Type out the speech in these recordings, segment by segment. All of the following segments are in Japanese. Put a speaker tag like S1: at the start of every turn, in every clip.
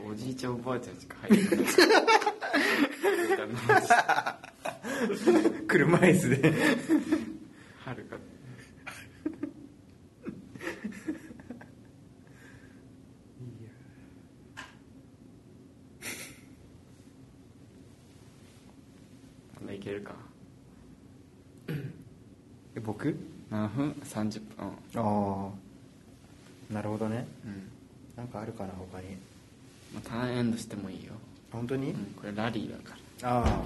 S1: おばあちゃんしか入ってない
S2: 車椅子で
S1: はるかまだいけるか
S2: え僕
S1: 7分30分
S2: ああなるほどね
S1: うん、
S2: なんかあるかな他に
S1: まあ、ターンエンドしてもいいよ、
S2: 本当に、
S1: うん、これラリーだから
S2: ああ、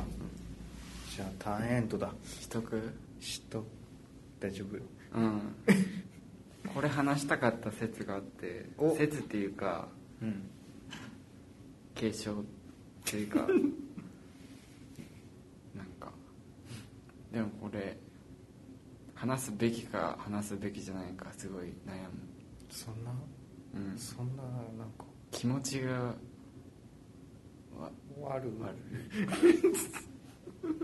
S2: じゃあターンエンドだ
S1: しとく
S2: 嫉妬大丈夫
S1: うんこれ話したかった説があって
S2: お
S1: 説っていうか
S2: うん
S1: 継承って いうかなんかでもこれ話すべきか話すべきじゃないかすごい悩
S2: そんな、
S1: む、うん、
S2: そんななんか
S1: 気持ちがわ
S2: 悪
S1: 悪い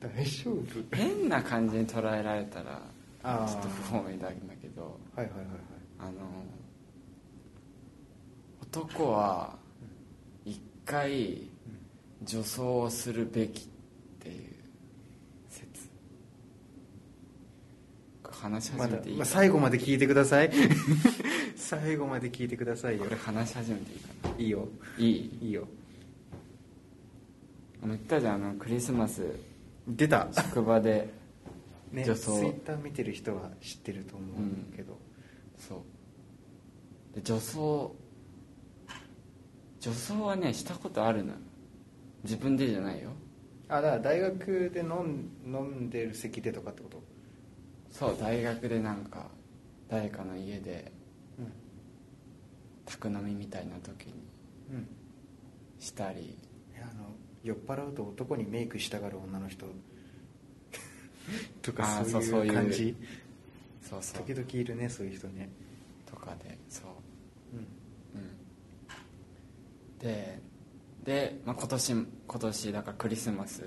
S2: 大丈夫
S1: 変な感じに捉えられたら
S2: あー
S1: ちょっと不本意なんだけど
S2: はいはいはいはい
S1: あの男は一回女装をするべきっていう説これ話し
S2: ま
S1: 始め
S2: だ
S1: ていい
S2: まあ、
S1: かな
S2: 最後まで聞いてくだ さい最後まで聞いてくださいよ
S1: これ話し始めていいかない
S2: いよ
S1: いい
S2: いいよ
S1: あの言ったじゃんあのクリスマス
S2: 出た
S1: 職場で
S2: ねツイ
S1: 女装
S2: ッター見てる人は知ってると思うけど、
S1: そうで女装女装はねしたことあるのよ自分でじゃないよ
S2: あだから大学で飲ん飲んでる席でとかってこと
S1: そう大学でなんか誰かの家で宅飲みみたいな時に
S2: うんうん
S1: したり
S2: いやあの酔っ払うと男にメイクしたがる女の人 と
S1: あ
S2: か
S1: ー
S2: そう
S1: そうそう
S2: い
S1: いうう
S2: 感じ
S1: そうそう
S2: 時々いるねそういう人ね
S1: とかでそう
S2: うん
S1: うんでで、まあ、今年今年だからクリスマス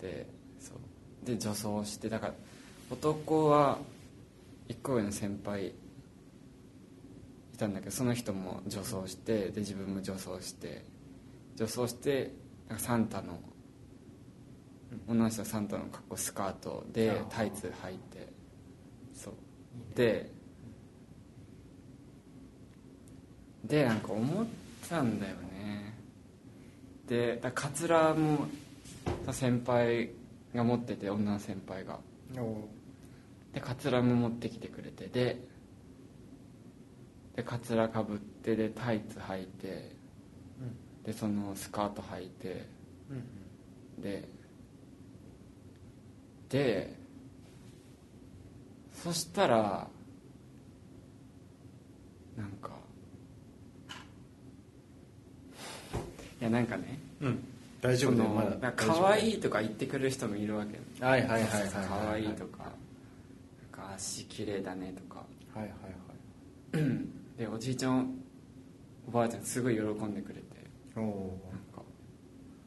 S1: でそうで女装してだから男は一個上の先輩いたんだけどその人も女装してで自分も女装して女装してなんかサンタの女の人はサンタの格好スカート
S2: あ
S1: で
S2: ー
S1: タイツ履いてそう
S2: いいね
S1: ででなんか思ったんだよねでだからカツラも先輩が持ってて女の先輩が
S2: うんお
S1: でカツラも持ってきてくれてででカツラかぶってでタイツ履いて
S2: うん
S1: でそのスカート履いて
S2: うん
S1: ででそしたらなんかいやなんかね
S2: うんうん大丈夫だよ
S1: その
S2: ま
S1: な
S2: だ
S1: んか可愛
S2: い
S1: いとか言ってくれる人もいるわけ
S2: はいはいはいはい
S1: そうそうそう可
S2: はい
S1: 愛いとかなんか足綺麗だねとか
S2: はいはいはい
S1: でおじいちゃんおばあちゃんすごい喜んでくれて
S2: おお
S1: なんか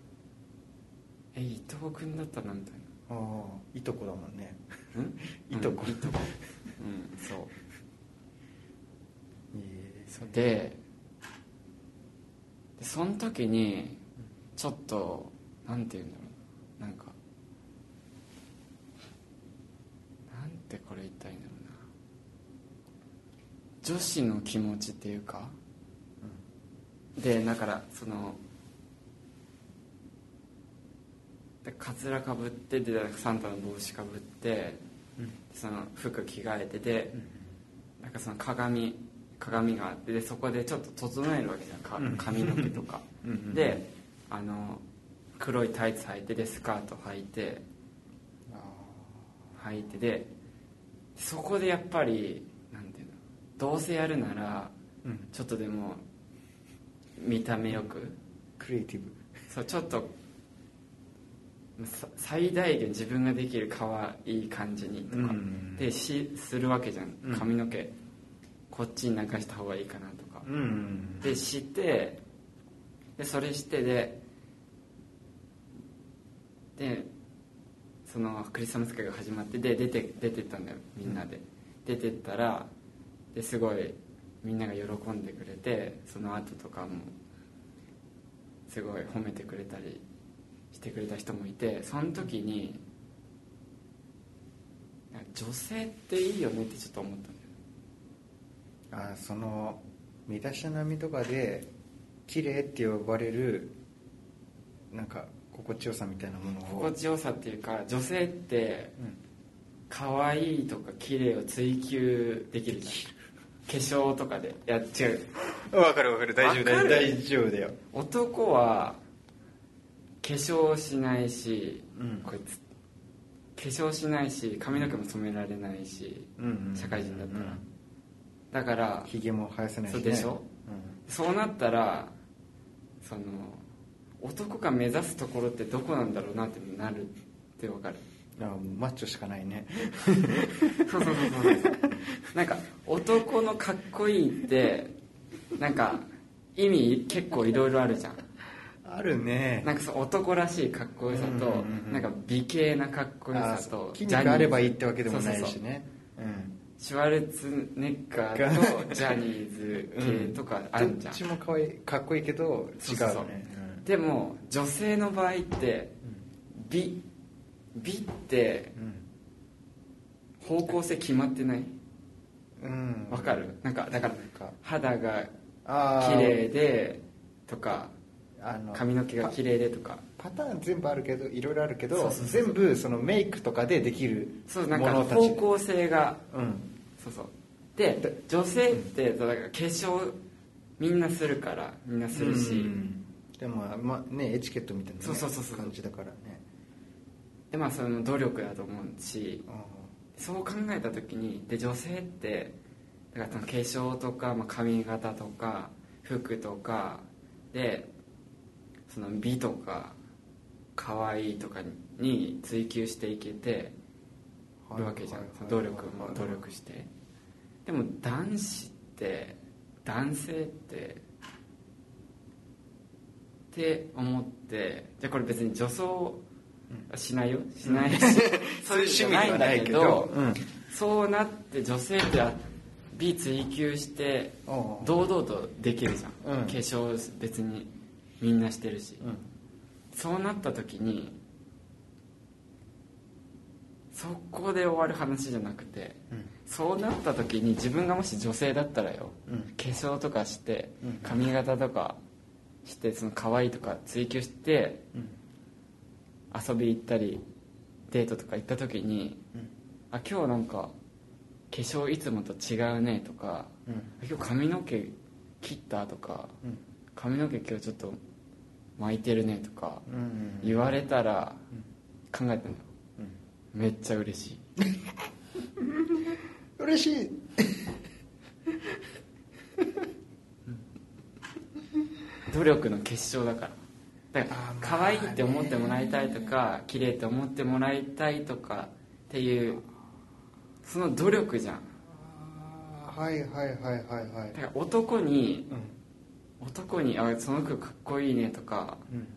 S1: 「え伊藤君だったな」みたい
S2: あ
S1: な
S2: あいとこだもんね
S1: うん
S2: いとこ
S1: うんいとこうんそう
S2: ええ
S1: そうででその時にちょっとなんて言うんだろうなんかなんてこれ言ったらいいんだろうな女子の気持ちっていうかでだからそのでカツラかぶってでサンタの帽子かぶって
S2: うん
S1: その服着替えてで、なんかその鏡鏡があってでそこでちょっと整えるわけじゃんか髪の毛とか
S2: うんうん
S1: であの黒いタイツ履いてでスカート履いて
S2: あ
S1: 履いてでそこでやっぱりなんていうのどうせやるなら
S2: ーうん
S1: ちょっとでも見た目よく
S2: クリエイティブ
S1: そうちょっとさ最大限自分ができる可愛い感じにとか、
S2: うん
S1: でしするわけじゃん
S2: うん
S1: 髪の毛、こっちに流した方がいいかなとか、
S2: うん
S1: でしてでそれしてででそのクリスマス会が始まってで出て出てったんだよみんなで、出てったらですごいみんなが喜んでくれてその後とかもすごい褒めてくれたりしてくれた人もいてその時になんか女性っていいよねってちょっと思ったんだよ
S2: あその身だしなみとかで綺麗って呼ばれるなんか心地よさみたいなものを
S1: 心地よさっていうか女性って
S2: うん
S1: 可愛いとか綺麗を追求できるじゃん化粧とかでいや違う
S2: わかるわかる大丈夫
S1: わ
S2: 大
S1: かる
S2: 大丈夫だよ
S1: 男は化粧しないし、
S2: うん
S1: こいつ化粧しないし髪の毛も染められないし、
S2: うんうん
S1: 社会人だったら、
S2: うん
S1: だから
S2: ひげも生やせないし、ね、
S1: そうでしょそうなったらその男が目指すところってどこなんだろうなってなるってわかる
S2: うん、あマッチョしかないね
S1: そうそうそうそうなんか男のかっこいいってなんか意味結構いろいろあるじゃん
S2: あるね
S1: なんかその男らしいかっこよさと、
S2: うんうんうんうん
S1: なんか美形なかっこよさ
S2: あ
S1: と
S2: 筋肉あればいいってわけでも
S1: ジャ
S2: な
S1: ニーズ
S2: いし
S1: そうそうそう
S2: ね
S1: シュワルツェネッガーとジャニーズ系とかあ
S2: うん
S1: るじ
S2: ど
S1: ゃ
S2: っ
S1: ん、
S2: ちもかわいいかっこいいけど違
S1: そううそうそう
S2: ね
S1: でも女性の場合って美美って
S2: うん
S1: 方向性決まってない
S2: うん
S1: わかるなんかだから
S2: なんか
S1: 肌が
S2: あ
S1: 綺
S2: ー
S1: 麗でとか
S2: あの
S1: 髪の毛が綺麗でとか
S2: パターン全部あるけどいろいろあるけど
S1: そうそうそう
S2: 全部そのメイクとかでできる
S1: そう
S2: も
S1: なんか
S2: のたち
S1: 方向性が
S2: うん
S1: そうそうで女性ってだから化粧みんなするからみんなするし、
S2: うんでもまあねエチケットみたいなね
S1: そうそうそうそう
S2: 感じだからね
S1: でまあその努力だと思うし
S2: うん
S1: そう考えた時にで女性ってだからその化粧とか、まあ、髪型とか服とかでその美とか可愛いとかに追求していけてるわけじゃん
S2: はいはいはい
S1: 努力も努力してでも男子って男性ってって思ってじゃあこれ別に女装しないよしないし、
S2: そういう趣味
S1: じゃ
S2: ではないけどうん
S1: そうなって女性って美追求して
S2: おう
S1: 堂々とできるじゃん、
S2: うん
S1: 化粧別にみんなしてるし、
S2: うん
S1: そうなった時にそこで終わる話じゃなくて
S2: うん
S1: そうなった時に自分がもし女性だったらよ、
S2: うん
S1: 化粧とかして
S2: うん
S1: 髪型とかしてその可愛いとか追求して
S2: うん
S1: 遊び行ったりデートとか行った時に
S2: うん
S1: 「あ今日なんか化粧いつもと違うね」とか
S2: うん
S1: 「あ今日髪の毛切った?」とか
S2: うん
S1: 「髪の毛今日ちょっと巻いてるね」とか
S2: うんうん
S1: 言われたら
S2: うん
S1: 考えたのよ
S2: うん
S1: めっちゃ嬉しい
S2: 嬉しい
S1: 努力の結晶だからだか
S2: あ
S1: ら
S2: ー
S1: 可愛いって思ってもらいたいとか綺麗って思ってもらいたいとかっていうその努力じゃん
S2: あーはいはいはいはいはい
S1: だから男に
S2: うん
S1: 男に「あその服かっこいいね」とか
S2: うん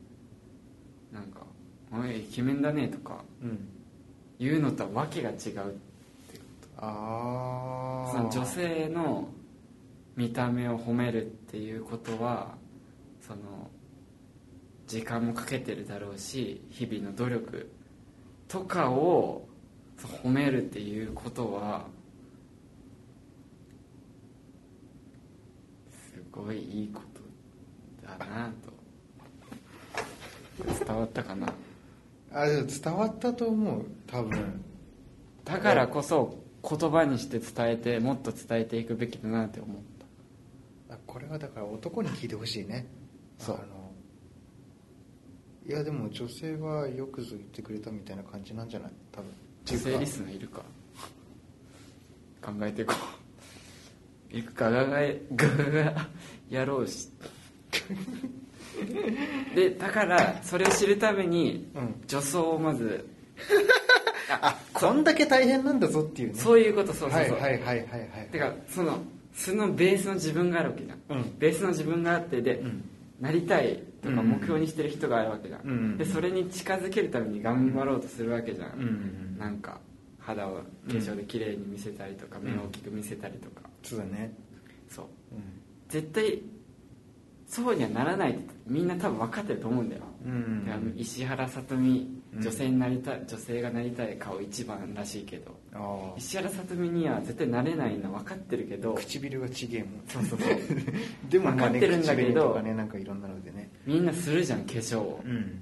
S1: なんか「おいイケメンだね」とか
S2: うん
S1: 言うのとは訳が違う
S2: ああ
S1: その女性の見た目を褒めるっていうことはその時間もかけてるだろうし日々の努力とかをそう褒めるっていうことはすごいいいことだなと伝わったかな
S2: あでも伝わったと思う多分
S1: だからこそ言葉にして伝えてもっと伝えていくべきだなって思った
S2: あこれはだから男に聞いてほしいね
S1: そう
S2: あのいやでも女性はよくぞ言ってくれたみたいな感じなんじゃない多分
S1: 女性リス
S2: っ
S1: ナーいるか考えていこういくかガガガガガやろ うしでだからそれを知るために
S2: ていうかうん
S1: 女装をまず
S2: あこんだけ大変なんだぞっていうね
S1: そういうことそうそうそう、
S2: はいはいはいはいはい
S1: てかそのそのベースの自分があるわけじゃん、
S2: うん
S1: ベースの自分があってで、
S2: うん
S1: なりたいと
S2: うんう
S1: か
S2: ん
S1: 目標にしてる人があるわけじゃん、
S2: うんうん
S1: でそれに近づけるために頑張ろうとするわけじゃん、
S2: うんうんうん
S1: なんか肌を化粧で綺麗に見せたりとか、
S2: うん
S1: 目を大きく見せたりとか、
S2: そうだね
S1: そう
S2: うん
S1: 絶対そうにはならないってみんな多分分かってると思うんだよ、
S2: うん
S1: だから石原さとみ
S2: うん
S1: 女性になりたい、女性がなりたい顔一番らしいけど
S2: ああ
S1: 石原さとみには絶対なれないの分かってるけど
S2: 唇がちげえもん
S1: そうそうそう
S2: でもなんかね
S1: 分かってるんだけど
S2: 唇とかねなんかいろんなのでね
S1: みんなするじゃん化粧を
S2: うん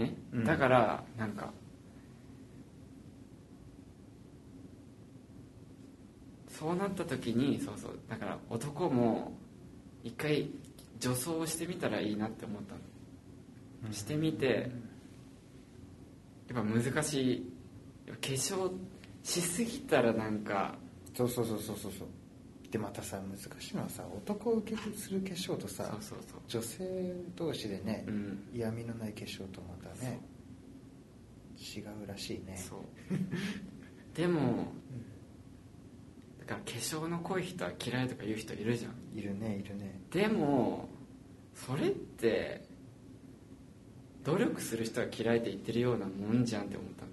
S1: ね、
S2: うん
S1: だからなんかそうなった時にそうそうだから男も一回女装をしてみたらいいなって思ったのしてみてやっぱ難しいやっぱ化粧しすぎたらなんか
S2: そうそうそうそうそうそうでまたさ難しいのはさ男受けする化粧と
S1: そう
S2: さ
S1: そうそう
S2: 女性同士でね、
S1: うん
S2: 嫌味のない化粧とまたね違うらしいね
S1: そうでもだから化粧の濃い人は嫌いとか言う人いるじゃん
S2: いるねいるね
S1: でもそれって努力する人は嫌いって言ってるようなもんじゃんって思った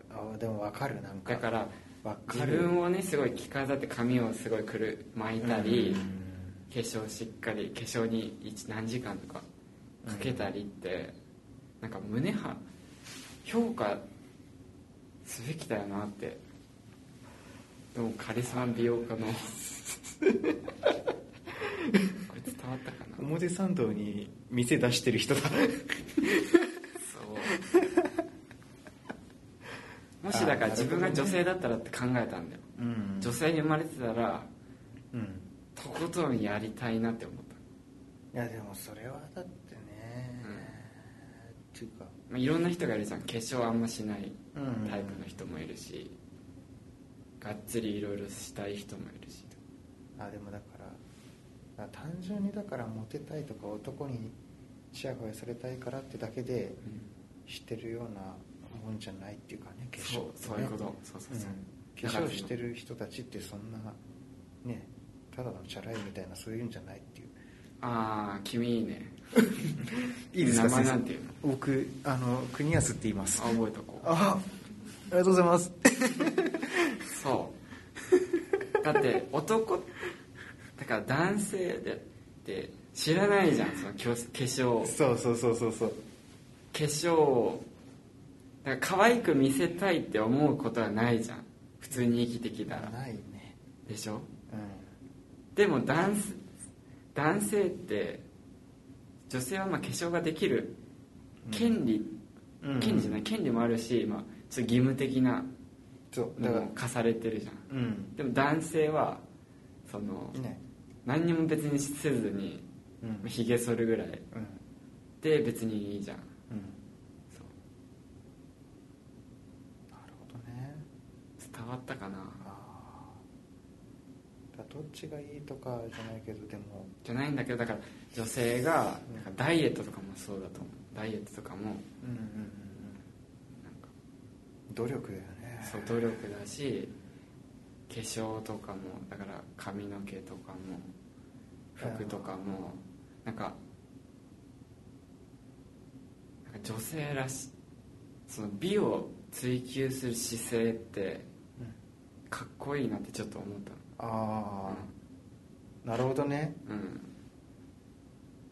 S1: の
S2: うんだあでもわかるなんか
S1: だから
S2: わ
S1: 自
S2: かる
S1: 分をねすごい着飾って髪をすごいくる巻いたり
S2: うん
S1: 化粧しっかり化粧に一何時間とかかけたりってなんか胸は評価すべきだよなってでもカリスマ美容 家のこれ伝わったかな
S2: 表参道に店出してる人だ
S1: そう もし
S2: あ
S1: だか
S2: ー
S1: ら自分
S2: な
S1: が
S2: るほどね
S1: 女性だったらって考えたんだよ、
S2: うん
S1: 女性に生まれてたら
S2: うん
S1: とことんやりたいなって思った、
S2: いやでもそれはだってね、っていうか
S1: まあ、いろんな人がいるじゃん化粧あんましない
S2: うん
S1: タイプの人もいるし、がっつりいろいろしたい人もいるし
S2: あでもだからだから単純にだからモテたいとか男にチヤホヤされたいからってだけでしてるようなもんじゃないっていうかね化
S1: そ
S2: 粧
S1: う
S2: ってね
S1: そういうことそうそうそう、
S2: うん化粧してる人たちってそんなねただのチャラいみたいなそういうんじゃないっていう
S1: ああ君いいね
S2: いいですか
S1: 名
S2: 先
S1: 前
S2: 生
S1: なんていうの
S2: 僕あの国安って言います
S1: あ覚えとこう
S2: あありがとうございます
S1: そう だって男だから男性でって知らないじゃんそのきょ化粧
S2: そうそうそうそうそう
S1: 化粧をだから可愛く見せたいって思うことはないじゃん普通に生きてきたら
S2: ないね
S1: でしょ
S2: う
S1: でも男性男性って女性はまあ化粧ができる権利、
S2: ん、うん
S1: 権利じゃない権利もあるし、まあ、ちょっと義務的な
S2: そうだ
S1: の
S2: から
S1: も課されてるじゃん
S2: うん
S1: でも男性はその
S2: いない
S1: 何にも別にせずに
S2: うんうん
S1: ひげ剃るぐらいで別にいいじゃん
S2: うん
S1: そう
S2: なるほどね
S1: 伝わったかな
S2: ああだからどっちがいいとかじゃないけどでも
S1: じゃないんだけどだから女性がなんかダイエットとかもそうだと思うダイエットとかも
S2: うんうんうん
S1: なんか
S2: うん努力だよね
S1: そう努力だし化粧とかもだから髪の毛とかも服とかもなんかなんか女性らしその美を追求する姿勢って
S2: うん
S1: かっこいいなってちょっと思っ
S2: あ
S1: た
S2: あなるほどね
S1: のうん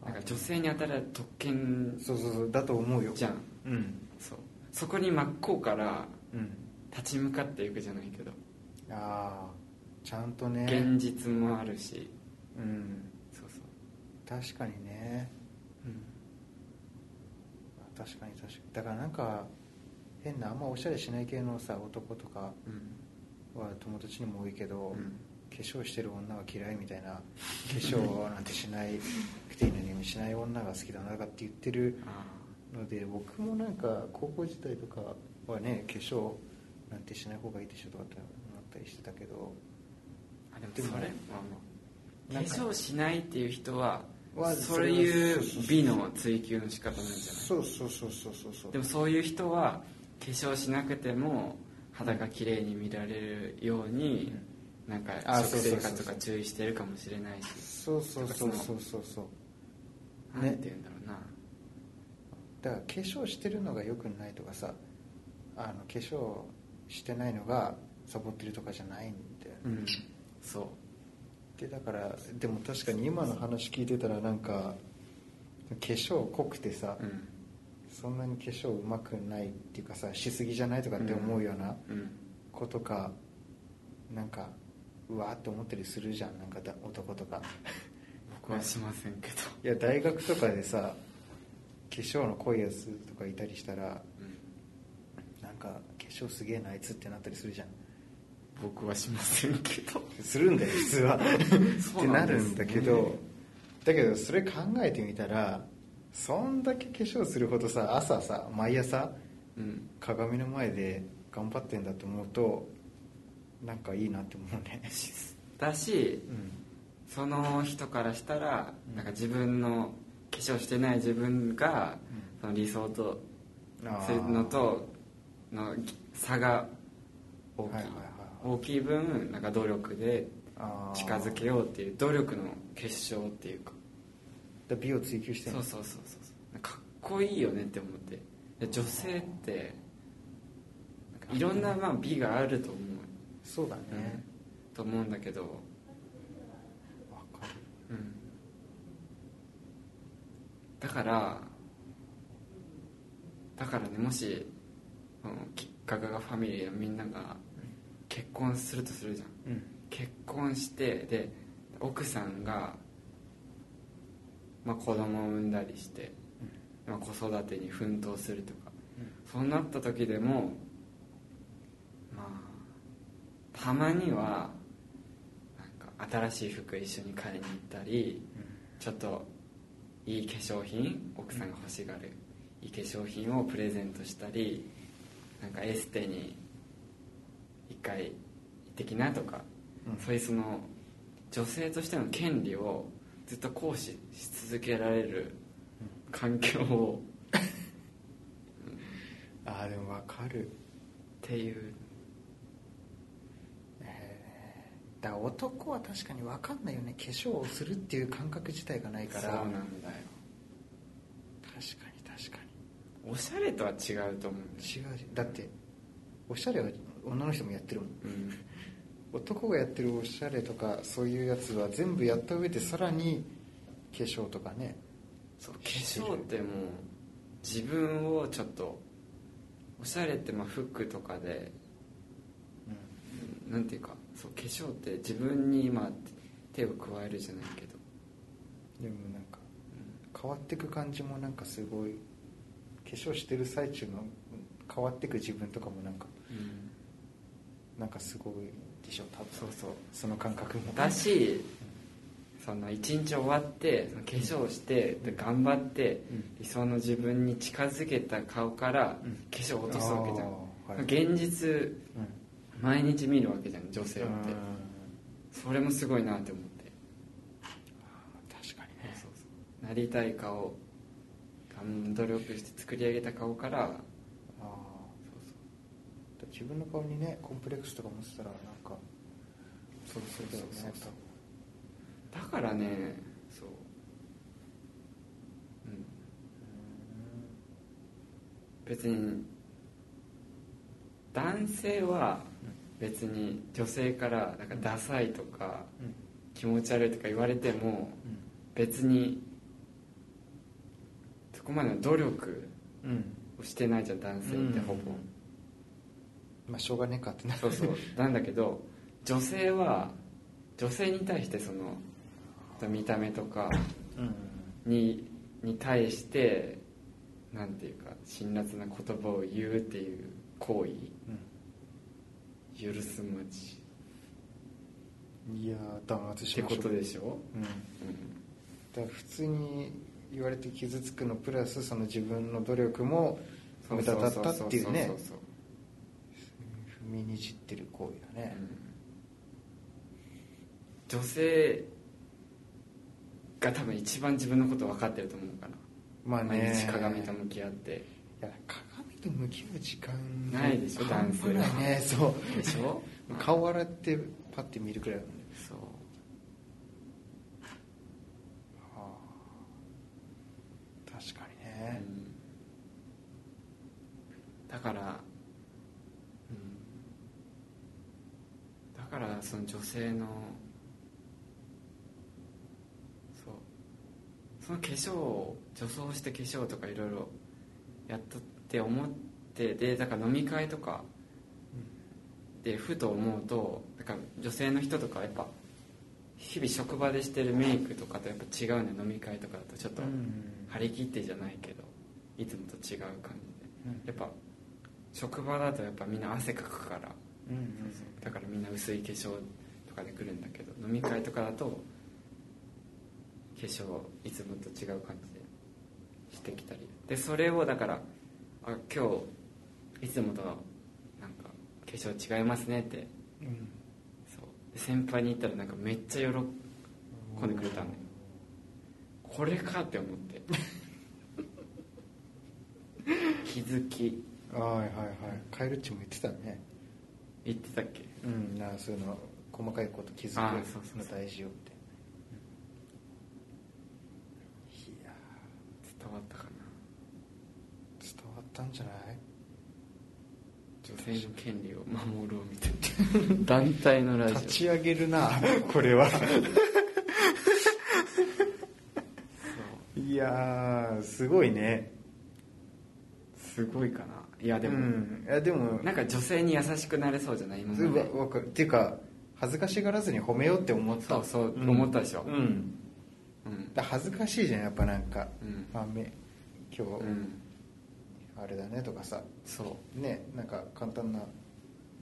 S1: なんか女性に与えられた特権
S2: そうそうそうだと思うよ
S1: じゃん
S2: うん
S1: そうそこに真っ向から
S2: うん
S1: 立ち向かっていくじゃないけど
S2: ああちゃんとね
S1: 現実もあるし
S2: うん
S1: そうそう
S2: 確かにね確かに確かにだからなんか変なあんまおしゃれしない系のさ男とか
S1: うん
S2: は友達にも多いけど、
S1: うん
S2: 化粧してる女は嫌いみたいな化粧なんてしないくていいのにしない女が好きだなとかって言ってる
S1: あ
S2: ので僕もなんか高校時代とかはね化粧なんてしない方がいいでしょとかって思ったりしてたけど
S1: ーあでも
S2: でも
S1: それはま
S2: な
S1: あ
S2: ん
S1: 化
S2: か
S1: 粧しないっていう人は
S2: は
S1: そういう
S2: それは
S1: 美の追求の仕方なんじゃない
S2: そうそうそうそうそうそう
S1: でもそういう人は化粧しなくても肌が綺麗に見られるようになんか
S2: あ
S1: 食生
S2: そうそう
S1: 活
S2: そ
S1: と
S2: うそう
S1: か注意してるかもしれないし
S2: そうそうそうそうそうそう
S1: な
S2: ね
S1: んて言うんだろうな
S2: だから化粧してるのが良くないとかさあの化粧してないのがサボってるとかじゃないんだよね、
S1: うんそう
S2: でだからでも確かに今の話聞いてたらなんか化粧濃くてさ、
S1: うん
S2: そんなに化粧うまくないっていうかさしすぎじゃないとかって思うような
S1: うん
S2: 子とか、なんかうわーって思ったりするじゃんなんかだ男と か
S1: 僕はしませんけど
S2: いや大学とかでさ化粧の濃いやつとかいたりしたら
S1: うん
S2: なんか化粧すげえなあいつってなったりするじゃん
S1: 僕はしませんけど
S2: するんだよ普通 は
S1: そ
S2: っ
S1: う
S2: て
S1: な
S2: なん
S1: で
S2: る
S1: すね
S2: んだけどだけどそれ考えてみたらそんだけ化粧するほどさ朝さ毎朝
S1: うん
S2: 鏡の前で頑張ってんだと思うとなんかいいなって思うね、
S1: だし
S2: うん、
S1: その人からしたら
S2: うん
S1: なんか自分の化粧してない自分が
S2: うん
S1: その理想と
S2: あー
S1: そういうのとの差が大きい
S2: はいはいはいはい
S1: 大きい分なんか努力で
S2: あー
S1: 近づけようっていう努力の結晶っていうか
S2: だ美を追求してん
S1: そ
S2: の
S1: うそうそうそうかっこいいよねって思ってで女性ってなんかいろんなまあ美があると思う、
S2: そうだね
S1: うんと思うんだけど、
S2: わ、かる
S1: うん、だからだからねもしそのきガガガファミリーのみんなが結婚するとするじゃん
S2: うん
S1: 結婚してで奥さんが、まあ、子供を産んだりして、まあ、子育てに奮闘するとかそうなった時でもまあたまにはなんか新しい服一緒に買いに行ったりちょっといい化粧品奥さんが欲しがるいい化粧品をプレゼントしたりなんかエステに一回行ってきなとか、
S2: うん
S1: そういうその女性としての権利をずっと行使し続けられる環境を
S2: あーでもわかる
S1: っていう
S2: えーだから男は確かにわかんないよね化粧をするっていう感覚自体がないか
S1: そう
S2: ら
S1: なんだよ
S2: 確かに確か
S1: おしゃれとは違うと思うんだ
S2: に
S1: よ
S2: 違うじゃんだっておしゃれは女の人もやってるもん
S1: うん
S2: 男がやってるおしゃれとかそういうやつは全部やった上でさらに化粧とかね
S1: そう化粧ってもう自分をちょっとおしゃれってまあ服とかで
S2: うん
S1: なんていうかそう化粧って自分に今手を加えるじゃないけど、
S2: でもなんか
S1: う
S2: 変わってく感じもなんかすごい化粧してる最中の変わってく自分とかもなんか
S1: ん
S2: なんかすごいでしょ多分
S1: そうそう
S2: その感覚も
S1: だしその一日終わってその化粧して、で頑張って、
S2: うん
S1: 理想の自分に近づけた顔から
S2: うん
S1: 化粧を落とすわけじゃん、
S2: あーはい
S1: 現実
S2: うん
S1: 毎日見るわけじゃん女性っ
S2: う
S1: て
S2: ん
S1: それもすごいなって思って
S2: 確かに
S1: そう
S2: ね
S1: そうそうなりたい顔頑努力して作り上げた顔から
S2: ああ自分の顔にねコンプレックスとか持ってたらなんか
S1: そうそうそうそうそう
S2: だよね
S1: だからねそううん別に男性は別に女性からなんかダサいとか
S2: うんうん
S1: 気持ち悪いとか言われても別にそこまでの努力
S2: うんうん
S1: をしてないじゃん男性ってほぼ、
S2: まあしょうがねえかってな
S1: そうそうなんだけど女性は女性に対してその見た目とか
S2: うん
S1: にに対してなんていうか辛辣な言葉を言うっていう行為許すまち
S2: うんいやー弾圧
S1: っ
S2: してま
S1: こ
S2: しょ
S1: と
S2: う
S1: でしょ、
S2: うんだ
S1: うん、
S2: から普通に言われて傷つくのプラスその自分の努力も無駄だったっていうね
S1: そうそうそう
S2: 踏みにじってる行為だ
S1: そう、
S2: ね
S1: うん女性が多分一番自分のこと分かってると思うから、
S2: まあね
S1: 毎日鏡と向き合って
S2: いや鏡と向き合う時間
S1: ないでしょ
S2: 半端
S1: 男性は
S2: ないねそう
S1: でしょ
S2: 顔洗ってパッて見るくらいだもんね
S1: そう
S2: 確かに
S1: う
S2: ね、
S1: んだから、うん、だからその女性のその化粧を女装して化粧とかいろいろやっとって思ってでだから飲み会とかでふと思うとだから女性の人とかはやっぱ日々職場でしてるメイクとかとやっぱ違うね飲み会とかだとちょっと
S2: うん
S1: 張り切ってじゃないけどいつもと違う感
S2: うん
S1: じでやっぱ職場だとやっぱみんな汗かくから
S2: うんうん
S1: だからみんな薄い化粧とかで来るんだけど飲み会とかだと化粧いつもと違う感じでしてきたりでそれをだからあ今日いつもとはなんか化粧違いますねって
S2: うん
S1: そうで先輩に言ったらなんかめっちゃ喜
S2: うん
S1: こんでくれたんだよこれかって思って気づき
S2: はいはいはいカエルっちも言ってたね
S1: 言ってたっけ
S2: うんなそういうの細かいこと気づ
S1: あーそう
S2: く
S1: そう
S2: の
S1: そ
S2: 大事よっていや
S1: 伝わったかな
S2: ー伝わったんじゃない
S1: 女性の権利を守ろうみたいな 団体のラジオ
S2: 立ち上げるなこれは
S1: そう
S2: いやーすごいね
S1: すごいかないやでも、
S2: うん、いやでも
S1: なんか女性に優しくなれそうじゃない今まで
S2: わわかるっていうか恥ずかしがらずに褒めようって思った
S1: そうそう思ったでしょ
S2: うん
S1: うん
S2: だ恥ずかしいじゃんやっぱなんか、
S1: うん
S2: あめ今日、
S1: うん
S2: あれだねとかさ
S1: そう
S2: ねなんか簡単な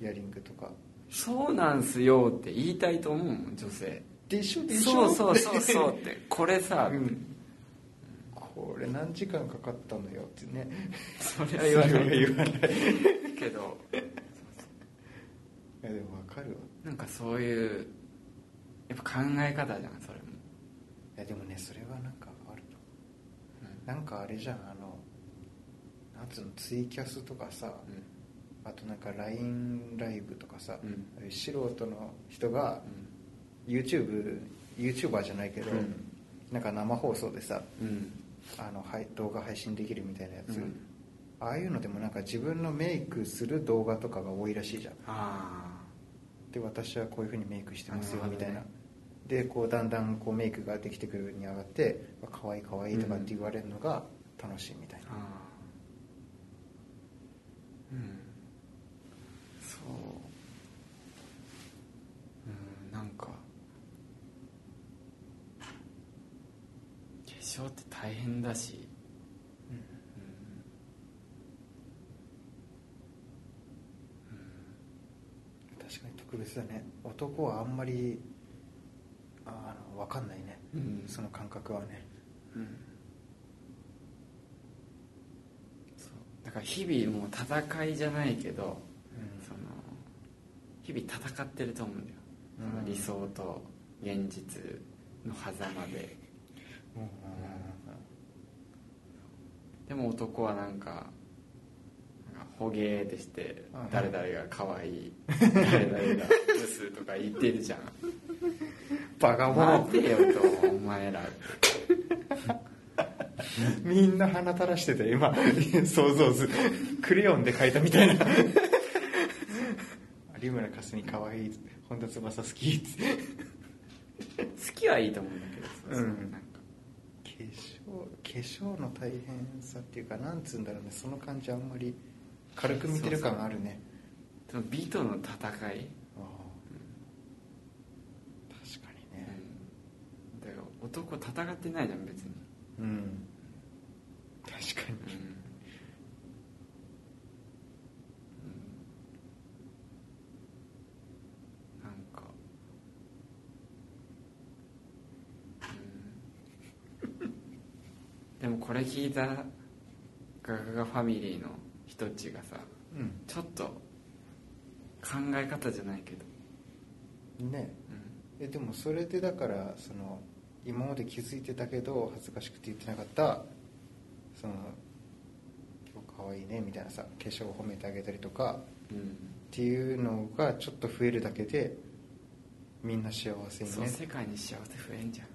S2: イヤリングとか
S1: そうなんすよって言いたいと思うもん女性
S2: でしょでし
S1: そ
S2: ょ
S1: うそうそうそうっ
S2: って
S1: てこれさ、
S2: うん これ何時間かかったのよってね
S1: それは言わない
S2: それは言わない
S1: けど
S2: いやでもわかるわ
S1: なんかそういうやっぱ考え方じゃんそれも、
S2: いやでもねそれはなんかあると
S1: うん
S2: なんかあれじゃんあのなんつうのツイキャスとかさ、あとなんか LINE ライブとかさ、
S1: うん
S2: ああいう素人の人が YouTube YouTuber じゃないけど、
S1: うん
S2: なんか生放送でさ
S1: うんうん
S2: あのはい動画配信できるみたいなやつ、
S1: うん
S2: ああいうのでもなんか自分のメイクする動画とかが多いらしいじゃん
S1: あ
S2: で私はこういうふうにメイクしてますよ
S1: なる
S2: み
S1: ほど
S2: たい
S1: ね
S2: なでこうだんだんこうメイクができてくるにあがってわ可愛い可愛いとかって言われるのが楽しいみたい
S1: あ
S2: な、
S1: ああうんそううんなんか化粧って大変だし
S2: 確かに特別だね男はあんまりあの分かんないね、
S1: うん
S2: その感覚はね
S1: うん、うん、そうだから日々もう戦いじゃないけどその日々戦ってると思うんだよ、
S2: うん
S1: その理想と現実の狭間で
S2: うんうん
S1: でも男はなんかなんかほげーってして
S2: うん
S1: 誰々が可愛 い誰々がブスとか言ってるじゃん
S2: バカ者
S1: 待てよとお前ら
S2: みんな鼻垂らしてて今想像図クレヨンで描いたみた いな有村架純かわいい本田翼好き
S1: 好きはいいと思うんだけどそうそう
S2: うん
S1: なんか
S2: 化粧化粧の大変さっていうかなんつうんだろうねその感じあんまり軽く見てる感あるね
S1: その美との戦い、
S2: ああ確かに
S1: う
S2: ね
S1: ん、だから男戦ってないじゃん別に、
S2: うん確か
S1: うん
S2: に
S1: うんなんかうんでもこれ聞いたガガガファミリーの人っちがさ
S2: う
S1: ちょっと考え方じゃないけど、
S2: んね
S1: うん
S2: えでもそれでだからその今まで気づいてたけど恥ずかしくて言ってなかったその今日可愛いねみたいなさ化粧を褒めてあげたりとか
S1: うん
S2: っていうのがちょっと増えるだけでみんな幸せに
S1: そう
S2: ね
S1: 世界に幸せ増えんじゃん、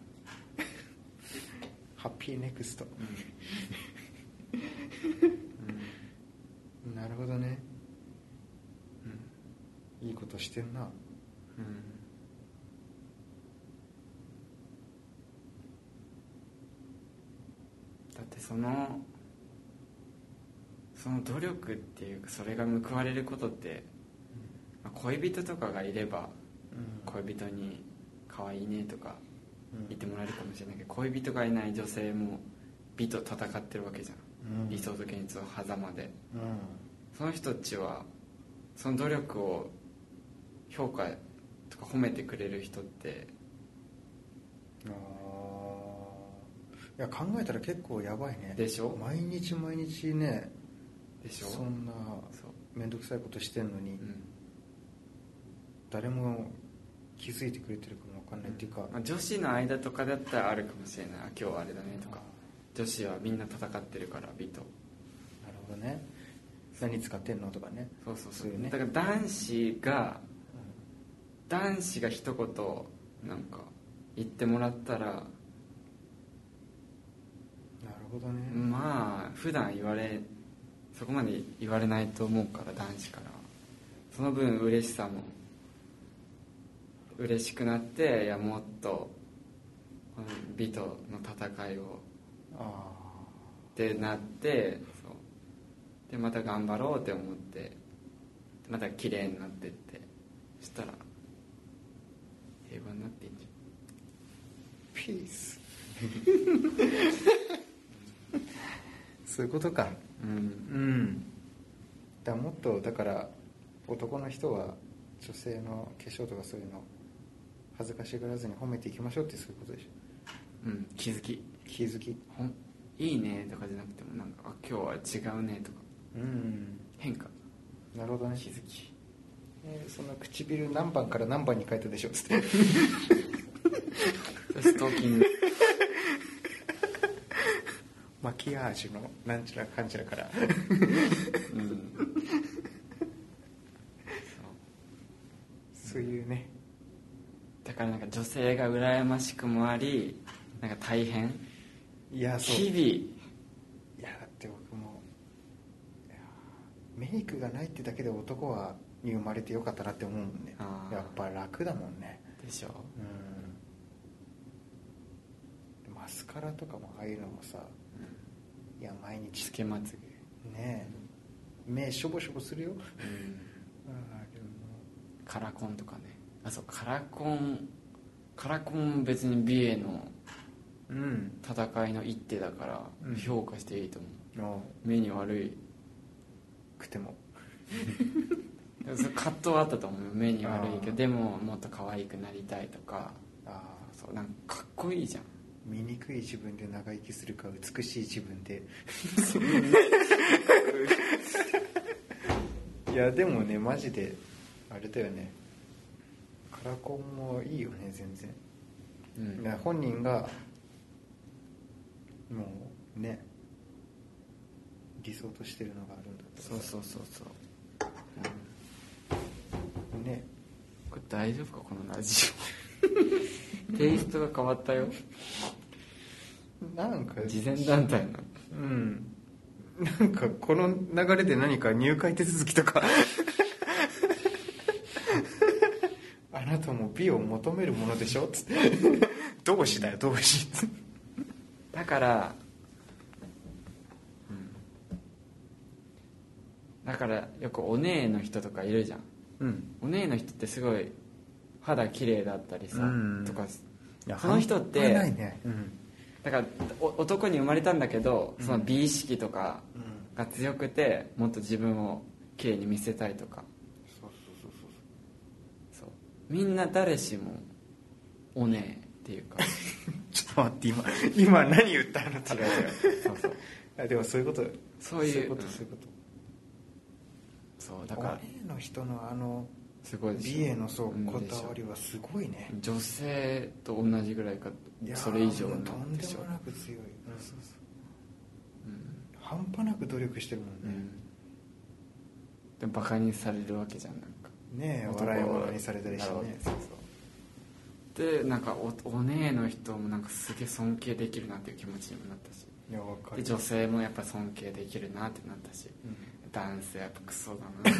S2: ハッピーネクストなるほどね
S1: うんうん
S2: いいことしてんな
S1: うんそのその努力っていうかそれが報われることって、まあ恋人とかがいれば
S2: うん
S1: 恋人に「可愛いね」とか
S2: うん
S1: 言ってもらえるかもしれないけど恋人がいない女性も美と戦ってるわけじゃん、
S2: うん
S1: 理想と現実の狭間で
S2: うん
S1: その人たちはその努力を評価とか褒めてくれる人って
S2: あーいや考えたら結構やばいね
S1: でしょ
S2: 毎日毎日ね
S1: でしょ
S2: そんな
S1: そう
S2: 面倒くさいことしてんのに、
S1: うん
S2: 誰も気づいてくれてるかもわかんないっていうか、
S1: まあ女子の間とかだったらあるかもしれないあ今日はあれだねとか女子はみんな戦ってるから美と
S2: なるほどね何使ってんのとかね
S1: そうそうそ
S2: そうういうね
S1: だから男子が男子が一言なんか言ってもらったら
S2: なるほどね、
S1: まあ普段言われそこまで言われないと思うから男子からその分嬉しさも嬉しくなっていやもっとこの美との戦いを
S2: あ
S1: ってなってそうでまた頑張ろうって思ってまた綺麗になってってそしたら平和になっていいんじ
S2: ーピー ス そういうことか
S1: ゃんうん
S2: うんだからもっとだから男の人は女性の化粧とかそういうの恥ずかしがらずに褒めていきましょうってそういうことでしょ
S1: うん気づき
S2: 気づき
S1: ほんいいねとかじゃなくてもなんかあ今日は違うねとか
S2: うん
S1: 変化
S2: なるほどね
S1: 気づき
S2: えーその唇何番から何番に変えたでしょうつって
S1: ストーキン グ
S2: マキアージュのなんちゃらかんちゃらから
S1: うんそう
S2: そういうね
S1: だからなんか女性が羨ましくもありなんか大変
S2: いやそうい
S1: 日
S2: やだって僕もいやメイクがないってだけで男はに生まれてよかったなって思うもんね
S1: あー
S2: やっぱ楽だもんね
S1: 々でしょ
S2: うんマスカラとかもああいうのもさいや毎
S1: つ
S2: 日
S1: けまつ
S2: ねえ目しょぼしょぼするよ
S1: げうん
S2: あーでも
S1: カラコンとかねあそうカラコンカラコン別に美瑛の
S2: うん
S1: 戦いの一手だから
S2: うん
S1: 評価していいと思う、
S2: の
S1: 目に悪い
S2: くても
S1: でもそれ葛藤はあったと思うよ目に悪い
S2: あ
S1: けど
S2: ー
S1: でももっと可愛くなりたいとか
S2: ああ
S1: そうなんかかっこいいじゃん
S2: 醜い自分で長生きするか美しい自分でいやでもねマジであれだよねカラコンもいいよね全然、
S1: う
S2: い
S1: ん
S2: や本人がもうね理想としてるのがあるんだと
S1: そうそうそうそう、うん、
S2: うね
S1: これ大丈夫かこのラジオ テイストが変わったよ
S2: なんか
S1: 慈善団体の
S2: うんなんかこの流れで何か入会手続きと かあなたも美を求めるものでしょつって同志だよ同志つって
S1: だから、うん、だからよくお姉の人とかいるじゃん
S2: うん
S1: お姉の人ってすごい肌綺麗だったりさ、
S2: うん
S1: とか
S2: いや
S1: その人って
S2: 半端ないねうん、
S1: だからお男に生まれたんだけど
S2: うん
S1: その美意識とか
S2: うん、
S1: が強くてもっと自分を綺麗に見せたいとか
S2: そうそうそうそう
S1: そうみんな誰しもお姉っていうか
S2: ちょっと待って今今何言ったあなた
S1: そうそう
S2: あでもそういうこと
S1: そういう
S2: こと
S1: うん
S2: そういうこと
S1: そうだから
S2: お姉の人のあの
S1: すごいでしょ
S2: 美へのそう
S1: うん
S2: こ
S1: でし
S2: だ
S1: ょ
S2: わりはすごいね、
S1: 女性と同じぐらいか
S2: いやー
S1: それ以上
S2: もう
S1: なん
S2: とん
S1: で
S2: で
S1: しょ
S2: も
S1: う
S2: なく強い、
S1: そううん
S2: 半端なく努力してるも
S1: うん
S2: ね、
S1: んでもバカにされるわけじゃんなんか
S2: ねえ
S1: 男は
S2: 笑い物にされたりして
S1: なるわ
S2: ね
S1: けそうそうでなんかおお姉の人もなんかすげえ尊敬できるなっていう気持ちにもなったし
S2: いやわか
S1: で
S2: る
S1: 女性もやっぱ尊敬できるなってなったし
S2: うん
S1: 男性やっぱクソだな